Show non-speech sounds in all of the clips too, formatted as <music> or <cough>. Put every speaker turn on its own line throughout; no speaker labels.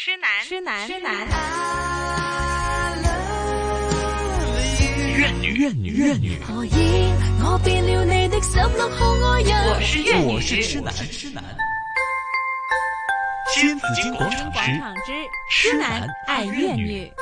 痴男，
痴男，
痴男。
怨女，怨女，怨女。
何以我變了你的十六號愛人？
我是粤
我
女，
是痴男，痴男。新紫金广场之
广场之
痴
痴男
男
爱
爱
粤
粤
女
女。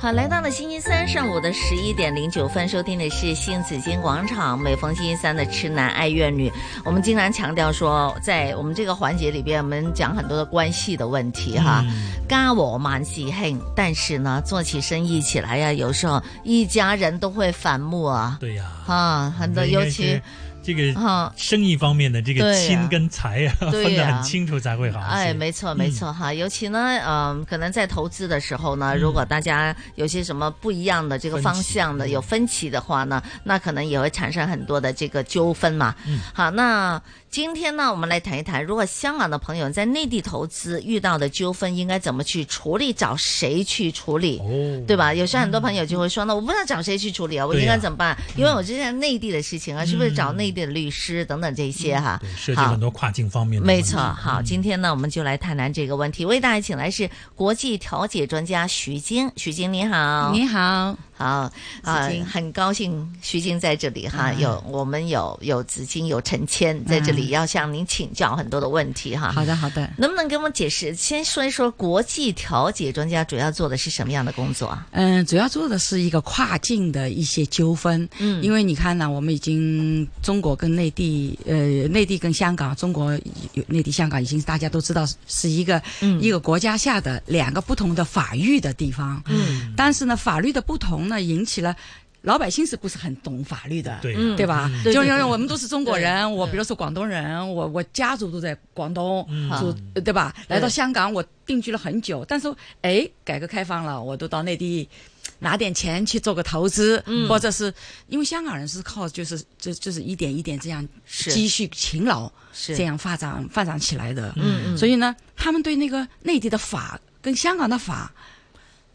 好，来到了星期三上午的十一点零九分，收听的是新紫金广场。每逢星期三的痴男爱怨女，我们经常强调说，在我们这个环节里边，我们讲很多的关系的问题哈。
嗯
家和万事兴，但是呢，做起生意起来呀、有时候一家人都会反目啊，
对呀、
啊，很多，
应该
尤
嗯
其
是这个
啊，
生意方面的这个
对呀
亲跟财啊，分
对
得
呀
很清楚才会好一些。
哎，没错，没错哈。尤其呢，嗯、可能在投资的时候呢，如果大家有些什么不一样的这
嗯
个
分
方
歧嗯
向的有分歧的话呢，那可能也会产生很多的这个纠纷嘛。
嗯
好，那今天呢，我们来谈一谈，如果香港的朋友在内地投资遇到的纠纷，应该怎么去处理，找谁去处理？
哦，嗯
对吧？有时候很多朋友就会说呢，我不知道找谁去处理啊，我
对
应
呀嗯
该怎么办？因为我之前内地的事情啊，是不是找内地的律师等等这些哈？
嗯对，涉及
好
很多跨境方面的问题。
没错，好，今天呢，我们就来谈谈这个问题。为大家请来是国际调解专家徐晶，徐晶你好，
你好，
好啊、
子晶
很高兴徐晶在这里哈，
嗯
有我们有有子晶有陈谦在这里，
嗯
要向您请教很多的问题哈。
好的，好的。
能不能给我们解释？先说一说国际调解专家主要做的是什么样的工作啊？
嗯，主要做的是一个跨境的一些纠纷，
嗯
因为你看呢、我们已经中国跟内地，呃，内地跟香港，中国有内地、香港已经大家都知道是一个、
嗯
一个国家下的两个不同的法律的地方，
嗯
但是呢，法律的不同呢，引起了老百姓是不是很懂法律的？
对呀、
嗯
对吧？
对
就
对
因
对
为我们都是中国人，我
对
比如说广东人，我我家族都在广东，
嗯
好
住对吧？来到
对
香港，我定居了很久，但是哎，改革开放了，我都到内地。拿点钱去做个投资，
嗯
或者是因为香港人是靠就是就就是一点一点这样
是
积蓄勤劳
是
这样发展发展起来的，
嗯嗯，
所
以
以呢，他们对那个内地的法跟香港的法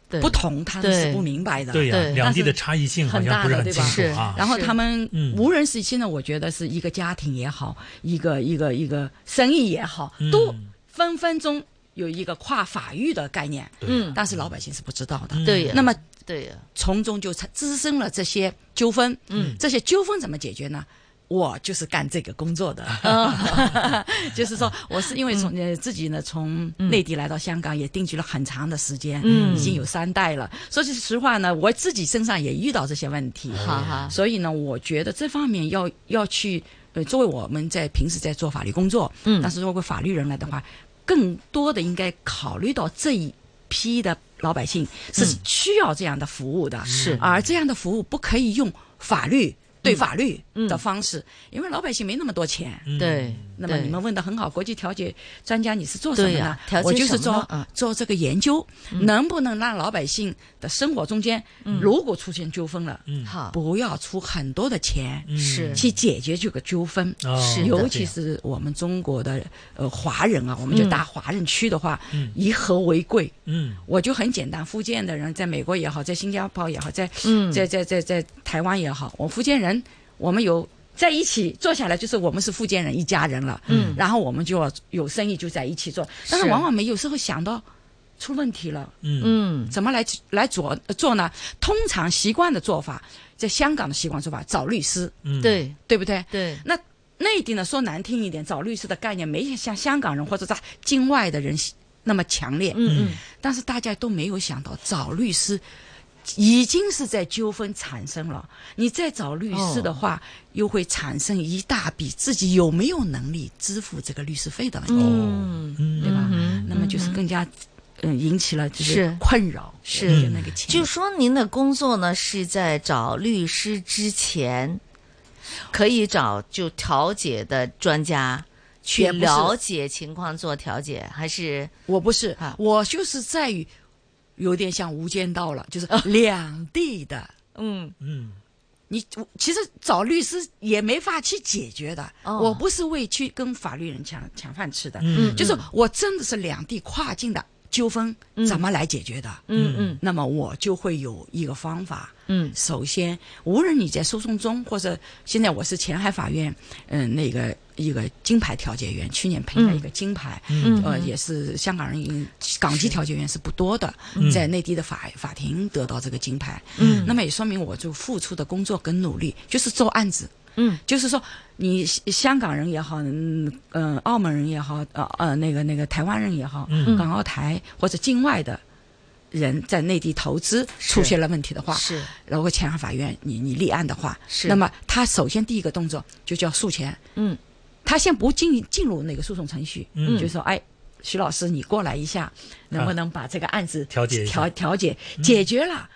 不同，他们是
对
不明白的。
对呀、
对
两
但
地
是
的差异性好像不是很
很大的对
清
吧
楚啊。
然后
是
他们
嗯
无人时期呢，我觉得是一个家庭也好，一个一个一个生意也好，都
嗯
分分钟有一个跨法域的概念，
嗯，
但是老百姓是不知道的。
对呀，
那么
对呀，
从中就产滋生了这些纠纷，
嗯，
这些纠纷怎么解决呢？我就是干这个
<laughs>
工作的， <laughs> 就是说我是因为从、
嗯
呃自己呢从内地来到香港，也定居了很长的时间，
嗯
已经有三代了。说句实话呢，我自己身上也遇到这些问题，
哈哈，
所以呢，我觉得这方面要要去，呃，作为我们在平时在做法律工作，
嗯
但是作为法律人来的话，更多的应该考虑到这一批的老百姓是
嗯
需要这样的服务的，
是嗯
而这样的服务不可以用法律对法律的方式，因为老百姓没那么多钱。
嗯
对，
那么
对
你们问的很好，国际调解专家你是做什么
对
呢
呀？调解
我就
什
是
么
做、
嗯
做这个研究，能不能让老百姓的生活中间，
嗯
如果出现纠纷了，
嗯
好
不要出很多的钱
嗯
是
去解决这个纠纷。
哦
啊是嗯
尤其
这样
是我们中国的呃华人啊，我们就大华人区的话，
嗯
以和为贵，
嗯
我就很简单。福建的人在美国也好，在新加坡也好，在
嗯
在在在在台湾也好，我福建人，我们有在一起坐下来，就是我们是福建人一家人了。
嗯
然后我们就要有生意就在一起做，但是
是
往往没有时候想到出问题了。
嗯
嗯
怎么来来做做呢？通常习惯的做法，在香港的习惯做法，找律师，
嗯，
对
对不对？
对，
那内地呢，说难听一点，找律师的概念没像香港人或者在境外的人那么强烈，
嗯嗯。
但是大家都没有想到，找律师已经是在纠纷产生了，你再找律师的话，
哦
又会产生一大笔自己有没有能力支付这个律师费的问题，
哦
嗯，
对吧？
嗯
那么就是更加，嗯，引起了就是
是
困扰，
是
就那个钱。
就说您的工作呢是在找律师之前，可以找就调解的专家去
也不是
了解情况做调解，还是
我不是
啊，
我就是在于有点像《无间道》了，就是
啊
两地的。
嗯
嗯
你我其实找律师也没法去解决的，
哦
我不是为去跟法律人抢抢饭吃的，
嗯
就是我真的是两地跨境的纠纷
嗯
怎么来解决的。
嗯嗯
那么我就会有一个方法。
嗯
首先，无论你在诉讼中，或者现在我是前海法院，嗯、那个一个金牌调解员，去年评了一个金牌，
嗯
呃，
嗯
也是香港人港籍调解员是不多的，在内地的法法庭得到这个金牌，
嗯
那么也说明我就付出的工作跟努力，就是做案子，
嗯，
就是说你香港人也好，嗯呃，澳门人也好，呃呃，那个那个台湾人也好，
嗯
港澳台或者境外的人在内地投资
是
出现了问题的话，
是
如果前海法院你你立案的话，
是
那么他首先第一个动作就叫诉前，
嗯，
他先不进进入那个诉讼程序，
嗯
就说哎，徐老师你过来一下，能不
啊
能把这个案子
调解一下嗯
调调解解决了，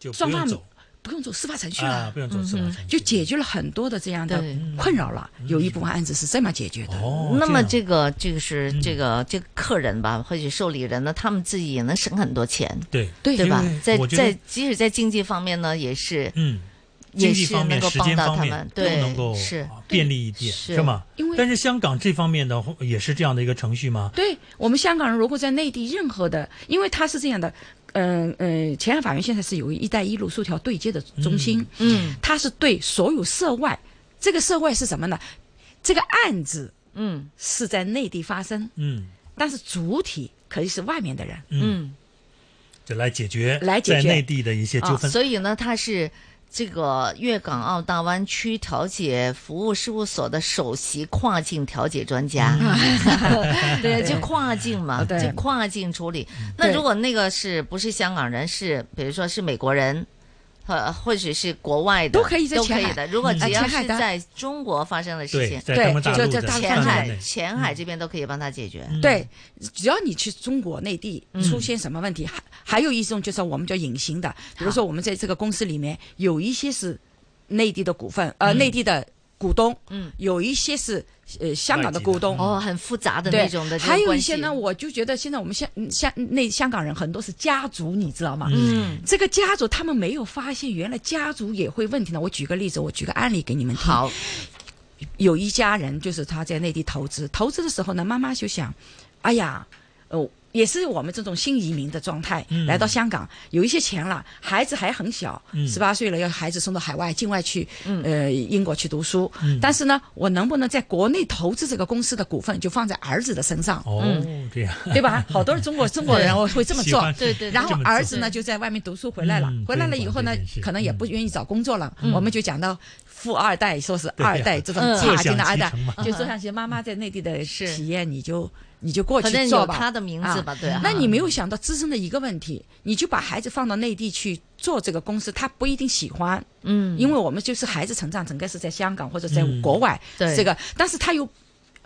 就不
双
用
方
走
不用走司法程序
啊，
了，嗯
不用走司法程序，
就解决了很多的这样的
对
困扰了。有一部分案子是这么解决的，
哦。
那么
这样嗯
这个这个是这个这个客人吧，或者受理人呢，他们自己也能省很多钱，
对
对
对吧
因为？
在
我觉得
在即使在经济方面呢，也是
嗯，
也
经济
是
方
能
面、
够
时
帮
间
到
方
他
面
们，
都能
对，
够
是
啊便利一点，
是
是吗？
因为
但是香港这方面的话也是这样的一个程序吗？
对我们香港人，如果在内地任何的，因为他是这样的，嗯、嗯、前海法院现在是有“一带一路”竖条对接的中心，
嗯
它是对所有涉外，这个涉外是什么呢？这个案子
嗯
是在内地发生，
嗯
但是主体可以是外面的人，
嗯，
嗯，
就来解决
来解决
在内地的一些
啊，
纠纷。
所以呢，他是。这个粤港澳大湾区调解服务事务所的首席跨境调解专家，
嗯
<laughs>
<laughs>
对，就跨境嘛，
啊对
就跨境处理。那
对
如果那个是不是香港人，是比如说是美国人，呃，或者是国外的，
都可以在
都可
前
以
海
的。如果
嗯
只
啊
要
前海
是
的
在中国发生的事
对，
情，
在
对
他们大
就
陆
就
的
大陆
前
范围
海
内
前海这边都可以帮他解决。
嗯
对，只要你去中国内地
嗯
出现什么问题，还还有一种就是我们叫隐形的，比如说我们在这个公司里面有一些是内地的股份，呃，内地的股东，
嗯，
有一些是呃香港的
外籍的
股东，
哦，很复杂的
对，
那种的这个关系，
还有一些呢，我就觉得现在我们香嗯香那香港人很多是家族，你知道吗？
嗯，
这个家族他们没有发现，原来家族也会问题呢。我举个例子，我举个案例给你们听。
好，
有一家人就是他在内地投资，投资的时候呢，妈妈就想，哎呀，呃，也是我们这种新移民的状态，
嗯
来到香港有一些钱了，孩子还很小，
嗯
十八、岁了，要孩子送到海外境外去，呃，英国去读书。
嗯
但是呢，我能不能在国内投资这个公司的股份就放在儿子的身上，
哦，这样
对吧？好多中
<laughs>
国中国人会嗯这么
喜
做，
欢
对对对
然后
这么做
儿子呢就在外面读书回来了
嗯，
回来了以后呢
对管这件事，
可能也不愿意找工作了。我们就讲到富二代，说是
对呀
二代这种
嗯
差劲的二
坐享
代
其成嘛，
就说上去妈妈在内地的
是
企业，你就你就过
反正
去
有
做
他
吧。
的名字吧，对啊。
那你没有想到自身的一个问题，你就把孩子放到内地去做这个公司，他不一定喜欢，
嗯，
因为我们就是孩子成长，整个是在香港或者在
嗯
国外，
对
这个，但是他有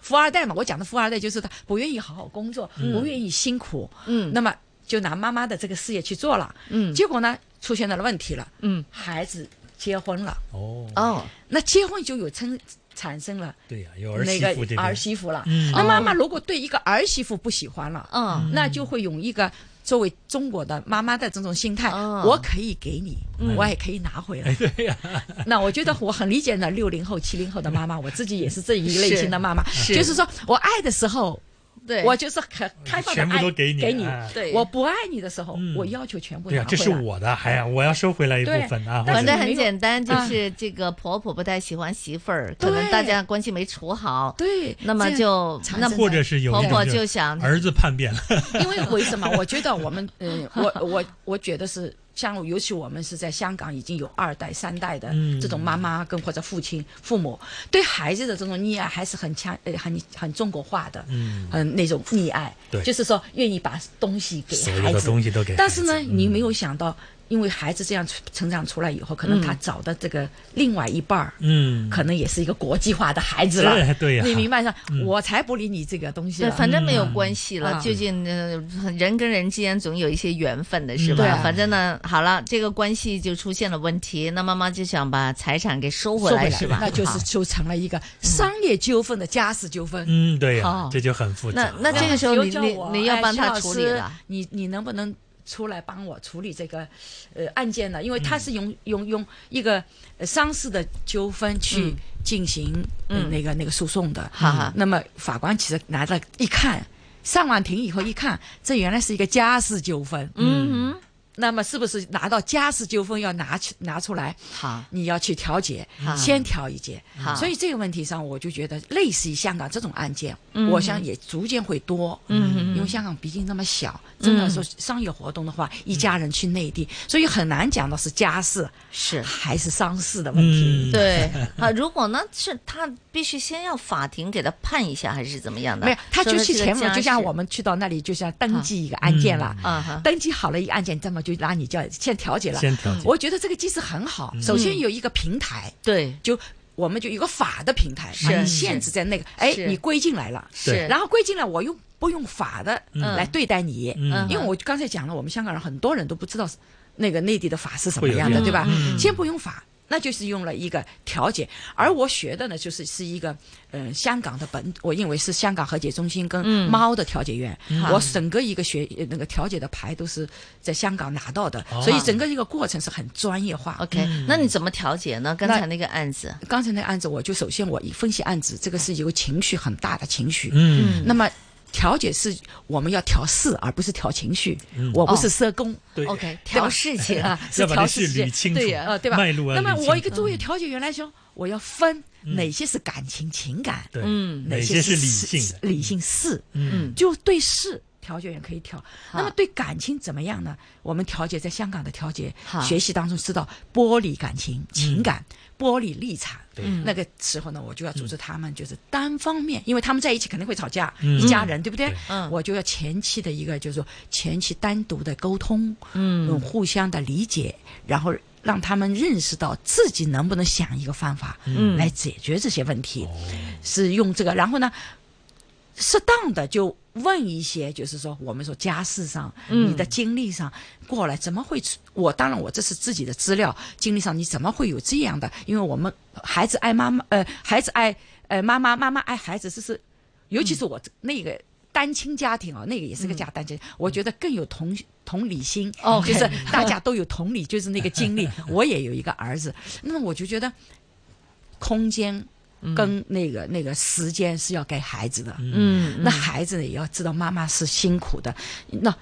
富二代嘛，我讲的富二代就是他不愿意好好工作，不愿意辛苦，
嗯
那么就拿妈妈的这个事业去做了，
嗯
结果呢出现了问题了，
嗯
孩子结婚了，
哦
哦，
那结婚就有称产生了
对呀，有儿
那
媳
个
妇这边
儿媳妇了，
嗯
那妈妈如果对一个儿媳妇不喜欢了，
嗯
那就会用一个作为中国的妈妈的这种心态，
哦
我可以给你，
嗯
我也可以拿回
哎
来。对呀，那我觉得我很理解呢，六零后、七零后的妈妈，我自己也是这一类型的妈妈，
是
就是说我爱的时候，
对，
我就是很开放的
全部都给你
给
哎
对
我不爱你的时候
嗯，
我要求全部
对呀
拿，
这是
回来。
我的，哎呀，我要收回来一部
对
分啊。
但
反
是
正
没
很
有嗯
简单，就是这个婆婆不太喜欢媳妇儿，可能
对
大家关系没处好，
对，
那么
这样
就
产
那
生
或
了
者是有
婆
一
婆
种
就想
儿子叛变了，
<laughs> 因为为什么？我觉得我们，嗯，我我我觉得是像，尤其我们是在香港已经有二代、三代的
嗯
这种妈妈跟或者父亲、父母对孩子的这种溺爱还是很强，呃，很很中国化的，
嗯
嗯，那种溺爱，
对
就是说愿意把东西给
所有
孩
的
子，
东西都给孩子。嗯
但是呢，你没有想到，因为孩子这样成长出来以后，可能他找的这个另外一半儿，
嗯，
可能也是一个国际化的孩子了
哎，对呀嗯
你明白吗？我才不理你这个东西
对，
了。
反正没有关系了，
啊
究竟呃人跟人之间总有一些缘分的是
嗯
吧？
对啊
反正呢，好了，这个关系就出现了问题，那妈妈就想把财产给收回
说
来啊嗯
回
是吧？
那就是
好
就成了一个商业纠纷的家事纠纷。
嗯，对呀
哦，
这就很复
那
杂。
那这个时候
又
你
嗯叫
你
我
你要
哎
帮
徐
他
老
处理
师
了，
你你能不能出来帮我处理这个呃案件呢？因为他
嗯
是用、用用一个呃商事的纠纷去
嗯
进行、呃
嗯
那个那个诉讼的。
哈哈
那么法官其实拿着一看，上完庭以后一看，这原来是一个家事纠纷，
嗯哼，
那么是不是拿到家事纠纷要拿去拿出来？
好，
你要去调解，
好
先调一解
好。
所以这个问题上，我就觉得类似于香港这种案件，
嗯
我想也逐渐会多。
嗯嗯
因为香港毕竟那么小，真的说商业活动的话，一家人去内地，所以很难讲到是家事
是。
还是丧事的问题。
嗯
对，
<laughs>
啊，如果呢是他必须先要法庭给他判一下，还是怎么样的？
没有，他
嗯说
就
这
去
个
前门，
家
就像
事
我们去到那里，就像登记一个案件了。
啊哈，
登记好了一个案件，这么就拉你叫先调解了。
先调解
我觉得这个机制很好，
嗯
首先有一个平台，
对，
就我们就有个法的平台，
是
把你限制在那个，哎，
是
你归进来了，
是，
然后归进来，我又不用法的来对待你，
嗯
因为我刚才讲了，我们香港人很多人都不知道那个内地的法是什么样
会
的，
有
对吧
嗯嗯？
先不用法。那就是用了一个调解，而我学的呢，就是是一个，嗯，香港的本，我认为是香港和解中心跟
嗯
猫的调解员，
好
我整个一个学呃那个调解的牌都是在香港拿到的，
哦
所以整个一个过程是很专业化。
OK，、那
嗯
你怎么调解呢？刚才那个案子，
刚才那个案子，我就首先我一分析案子，这个是有情绪很大的情绪。
嗯，
那么调解是我们要调事，而不是调情绪。
嗯
我不是社工，
对
OK，调事情
<laughs>
啊，是
要把
调
这
事
事
情
捋清楚
哦对，呀
呃，对吧？
脉络啊
那么
理清
我一个作为调解员来说，我要分哪些是感情情感，
嗯对，
嗯
哪些
些
是理
事
性的？
理性事，
嗯
就对事。调解员可以调，
好
那么对感情怎么样呢？我们调解在香港的调解
好
学习当中知道剥离感情、情感、剥离立场。
嗯对
那个时候呢，我就要组织他们，就是单方面，因为他们在一起肯定会吵架，
嗯
一家人对不对
对？
嗯
我就要前期的一个，就是说前期单独的沟通，
嗯
嗯，互相的理解，然后让他们认识到自己能不能想一个方法，
嗯
来解决这些问题，
哦
是用这个。然后呢，适当的就问一些，就是说我们说家事上，
嗯
你的经历上过来怎么会出？我当然我这是自己的资料，经历上你怎么会有这样的？因为我们孩子爱妈妈，呃，孩子爱呃妈妈，妈妈爱孩子，这是尤其是我这那个单亲家庭啊，那个也是个家单亲，我觉得更有同同理心，
OK
就是大家都有同理，就是那个经历。我也有一个儿子，那么我就觉得空间跟那个、那个时间是要给孩子的。
嗯
那孩子也要知道妈妈是辛苦的，那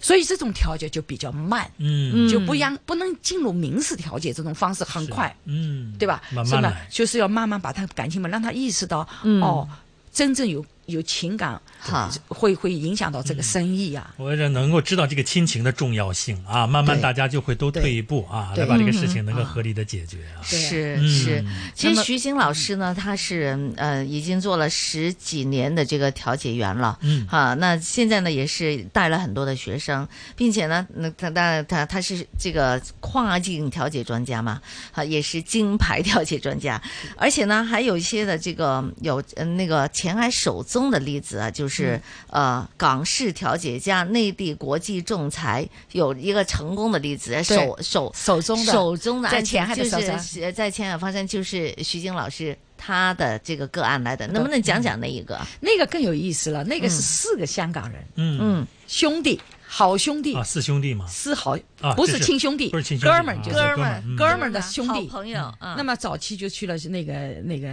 所以这种调解就比较慢，
嗯
就不让不能进入民事调解这种方式很快，
嗯，
对吧？
慢
是
慢
吧
来？，嗯
就是要慢慢把他感情嘛，让他意识到、哦，真正有有情感，
好
会会影响到这个生意啊呀、
我觉得能够知道这个亲情的重要性啊，慢慢
对
大家就会都退一步啊，
对嗯
来把这个事情能够合理的解决啊。
对啊
是
嗯
是，其
那
实
么
徐晶老师呢，他是呃已经做了十几年的这个调解员了，
嗯
啊，那现在呢也是带了很多的学生，并且呢，那他他他他是这个跨境调解专家嘛，啊，也是金牌调解专家，
嗯
而且呢还有一些的这个有呃那个前海首宗的例子啊，就是、
嗯
呃港式调解加内地国际仲裁有一个成功的例子，首
嗯
首
手中的
手中的
在
案件
前海的手
就
中
是呃在前海发生，就是徐晶老师他的这个个案来
嗯
的，能不能讲讲那一个？
那个更有意思了，那个是四个香港人、
嗯
嗯，
兄弟，好兄弟
啊，，四兄弟嘛，
是好
啊，
嗯不
这
是
是
亲兄弟，
不是亲兄弟
哥们儿
啊
就是
哥
们
们儿嗯
哥们儿的兄弟
好朋友，嗯那
那么早期就去了那个那个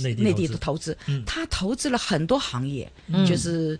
内地投资
内地的投资
嗯，
他投资了很多行业，
嗯
就是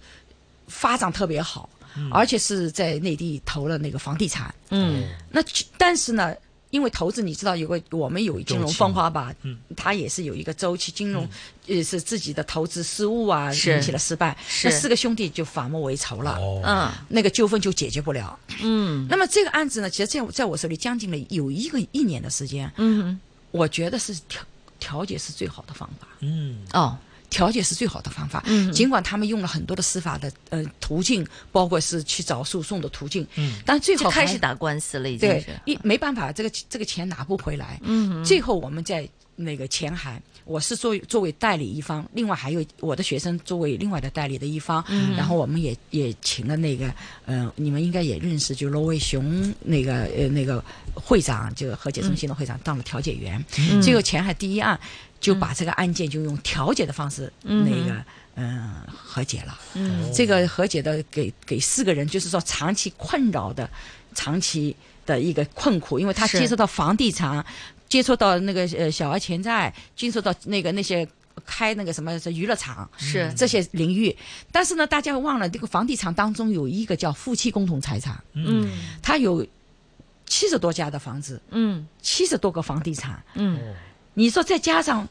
发展特别好，
嗯
而且是在内地投了那个房地产。
嗯
那去但是呢，因为投资你知道有个我们有金融风化吧，
嗯
它也是有一个周期，金融也是自己的投资失误啊，
是
引起了失败，
是
那四个兄弟就反目为仇了，
哦，
嗯
那个纠纷就解决不了。
嗯
那么这个案子呢，其实在我在我手里将近了有一个一年的时间，
嗯，
我觉得是调调解是最好的方法，
嗯
哦，
调解是最好的方法。
嗯
尽管他们用了很多的司法的呃途径，包括是去找诉讼的途径，
嗯
但最
就
后
开
还
始打官司了，已经
对
是，啊
一没办法，这个这个钱拿不回来。
嗯
最后我们在那个前海，我是作为作为代理一方，另外还有我的学生作为另外的代理的一方，
嗯
然后我们也也请了那个，呃，你们应该也认识，就罗伟雄那个呃那个会长，这个和解中心的会长当了调解员，
嗯
最后前海第一案就把这个案件就用调解的方式、那个嗯、呃和解了。
哦
嗯
这个和解的给给四个人，就是说长期困扰的、长期的一个困苦，因为他
是
接触到房地产，接触到那个呃小额钱债，接触到那个那些开那个什么娱乐场，
是
这些领域。但是呢，大家忘了这个房地产当中有一个叫夫妻共同财产，
嗯
它有七十多家的房子，
嗯
七十多个房地产。
嗯
你说再加上。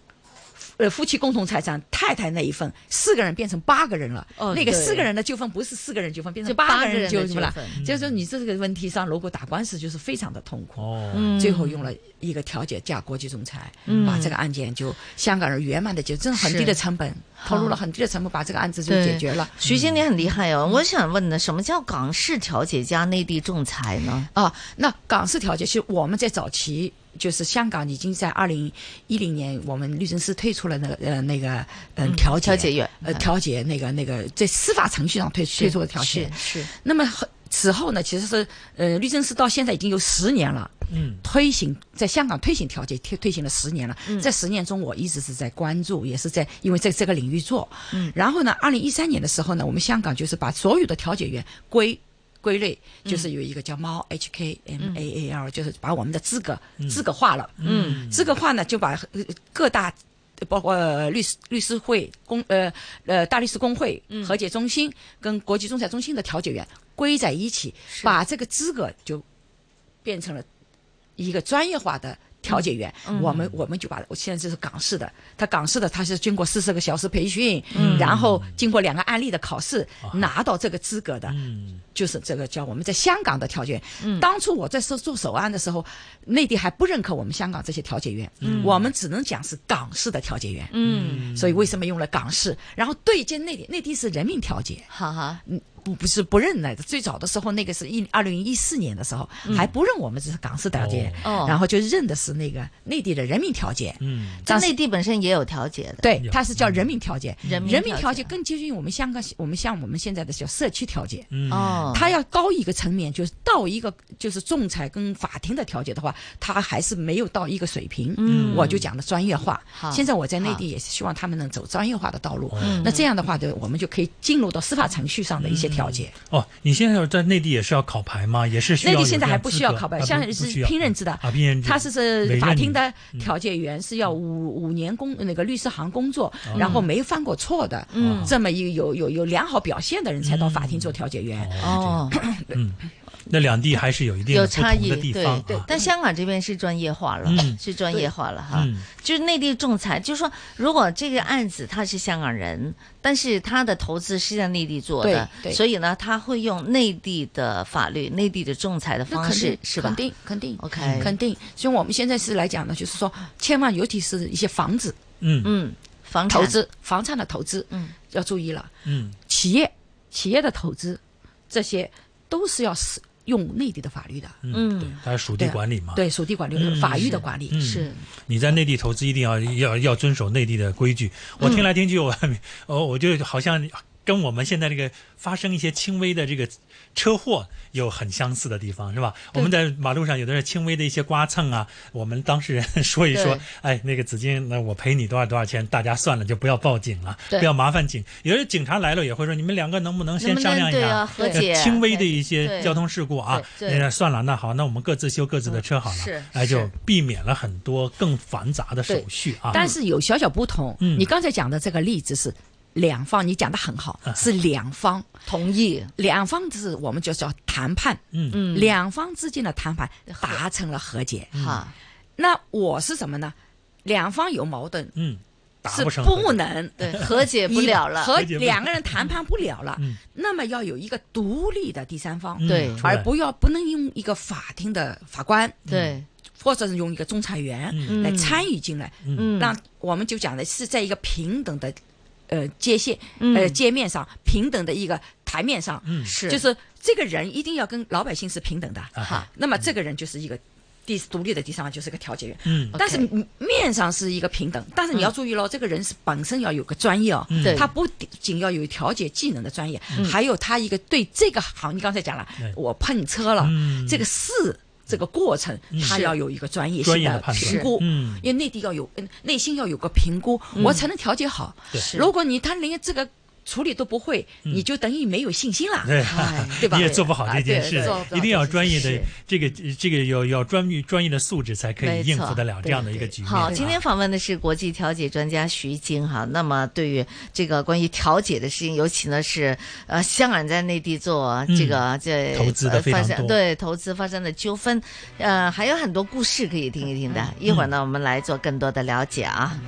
呃，夫妻共同财产，太太那一份，四个人变成八个人了。
哦
那个
对
四个人的纠纷不是四个人纠纷，变成
就八
个
个人的
纠纷了
纠纷。嗯
就是说你这个问题上，如果打官司，就是非常的痛苦。
哦，
嗯，
最后用了一个调解架国际仲裁，
嗯
把这个案件就香港人圆满的解决，真的很低的成本，投入了很低的成本把这个案子就
对
解决了。
徐经理很厉害
嗯
哦，我想问呢，什么叫港式调解加内地仲裁呢？
啊，那港式调解其实我们在早期。就是香港已经在二零一零年，我们律政司推出了那个呃那个嗯调
调
解
解员
呃
嗯
调解那个那个在司法程序上推推出了调解。
是是
那么后此后呢，其实是呃律政司到现在已经有十年了，
嗯，
推行在香港推行调解推推行了十年了，这十年中我一直是在关注，也是在因为在这个领域做。嗯，然后呢，二零一三年的时候呢，我们香港就是把所有的调解员归。归类就是有一个叫猫 HKMAAL，、就是把我们的资格、资格化了。
嗯，
资格化呢就把呃各大包括呃律师律师会公呃呃大律师公会、和解中心跟国际仲裁中心的调解员归在一起，把这个资格就变成了一个专业化的调解员，我们我们就把我现在这是港式的，他港式的他是经过四十个小时培训，然后经过两个案例的考试、拿到这个资格的，就是这个叫我们在香港的调解员。当初我在做做首案的时候，内地还不认可我们香港这些调解员，我们只能讲是港式的调解员。
嗯，
所以为什么用了港式？然后对接内地，内地是人民调解，
哈哈，
嗯，不不是不认来的。最早的时候，那个是一二零一四年的时候，还不认我们这是港式调解，
嗯哦
然后就认的是那个内地的人民调解。
嗯，
在
当时
内地本身也有调解的，
对
有，
它是叫人民调解，
人民
人民
调
调
解
解更接近于我们香港，我们像我们现在的叫社区调解，
嗯，
哦，
它要高一个层面，就是到一个就是仲裁跟法庭的调解的话，它还是没有到一个水平。
嗯
我就讲的专业化
好。
现在我在内
好
地也是希望他们能走专业化的道路
嗯。
那这样的话呢，我们就可以进入到司法程序上的一
嗯
些调解。
哦，你现在要在内地也是要考牌吗？也是需要
内
有
地现在
这样
还不
资
需要
格
考牌，
啊
像
不不
是
需要
拼认制的
啊，拼认制，
他是是
委
法
任
庭
你
的调解员是要五五年工那个律师行工作，
哦
然后没犯过错的，哦
嗯
这么一有有有良好表现的人
嗯
才到法庭做调解员。
哦，
那两地还是有一定
有
的不
差
同
异
的，地
对
方
对
啊。。
但香港这边是专业化了，
嗯
是专业化了哈。
嗯
就是内地仲裁，就是说如果这个案子他是香港人，但是他的投资是在内地做的，
对对
所以呢，他会用内地的法律、内地的仲裁的
那
方
肯
式
定，
是吧？
肯定，肯定
OK
肯定。所以我们现在是来讲呢，就是说，千万尤其是一些房子
嗯
嗯，房产
投资、房产的投资，
嗯，
要注意了。
嗯
企业、企业的投资，这些都是要使用内地的法律的，
嗯，
嗯
对，它是属地
对啊
管理嘛。
对属地管理、
嗯
法律的管理。
嗯
是
你在内地投资一定要要要遵守内地的规矩。
嗯
我听来听去，我哦，我就好像跟我们现在这个发生一些轻微的这个车祸有很相似的地方，是吧？我们在马路上有的是轻微的一些刮蹭啊，我们当事人 <laughs> 说一说
对，
哎，那个子金，那我赔你多少多少钱，大家算了，就不要报警了，
对
不要麻烦警。有的警察来了也会说，你们两个能不能
能
先
不
商量
能
一
对
下？
啊和
呃
解
轻微的
对
一些
对
交通事故啊，
对对嗯
那算了，那好，那我们各自修各自的车好了，
是
哎，就是避免了很多更繁杂的手续啊。
但是有小小不同，
嗯
你刚才讲的这个例子是两方，你讲的很好，
嗯
是两方，
同意，
两方是我们就叫谈判，
嗯
嗯，
两方之间的谈判达成了和解。
嗯
哈，
那我是什么呢？两方有矛盾，
嗯，达
是
不成嗯
不能
对，和解不
以
了了，
和
和解不了
两个人谈判不了了
嗯，
那么要有一个独立的第三方，
嗯
对
出来
而不要不能用一个法庭的法官
对，
或者是用一个仲裁员
嗯
来参与进来。
嗯，
那我们就讲的是在一个平等的呃界限呃
嗯
界面上，平等的一个台面上，
嗯
是
就是这个人一定要跟老百姓是平等的。
啊
哈
哈，
那么这个人就是一个第独立的第三方，就是个调解员。
嗯
OK 嗯
但是面上是一个平等，但是你要注意喽，这个人是本身要有个专业哦，
对嗯
他不仅要有调解技能的专业，还有他一个对这个行，你刚才讲了
对，
我碰车了
嗯，
这个事。这个过程，他
是
要有一个专业
专
性
业的判断
评估，
嗯
因为内地要有嗯内心要有个评估，我才能调节好
对。
如果你他连这个处理都不会，你就等于没有信心了，
<laughs> 嗯
<laughs>
对
哎对
<laughs>
吧？
你也做不好这件事
对做不好，
一定要专业的
是
这个这个有要专业专业的素质才可
没
以
错
应付得了这样的一个局面。
好，
啊
今天访问的是国际调解专家徐晶哈。那么对于这个关于调解的事情，尤其呢是呃香港人在内地做这个、这
嗯
呃
投资的非常
发生
多
对投资发生的纠
嗯
纷，呃还有很多故事可以听一听的。一会儿呢，我们来做更多的了解啊。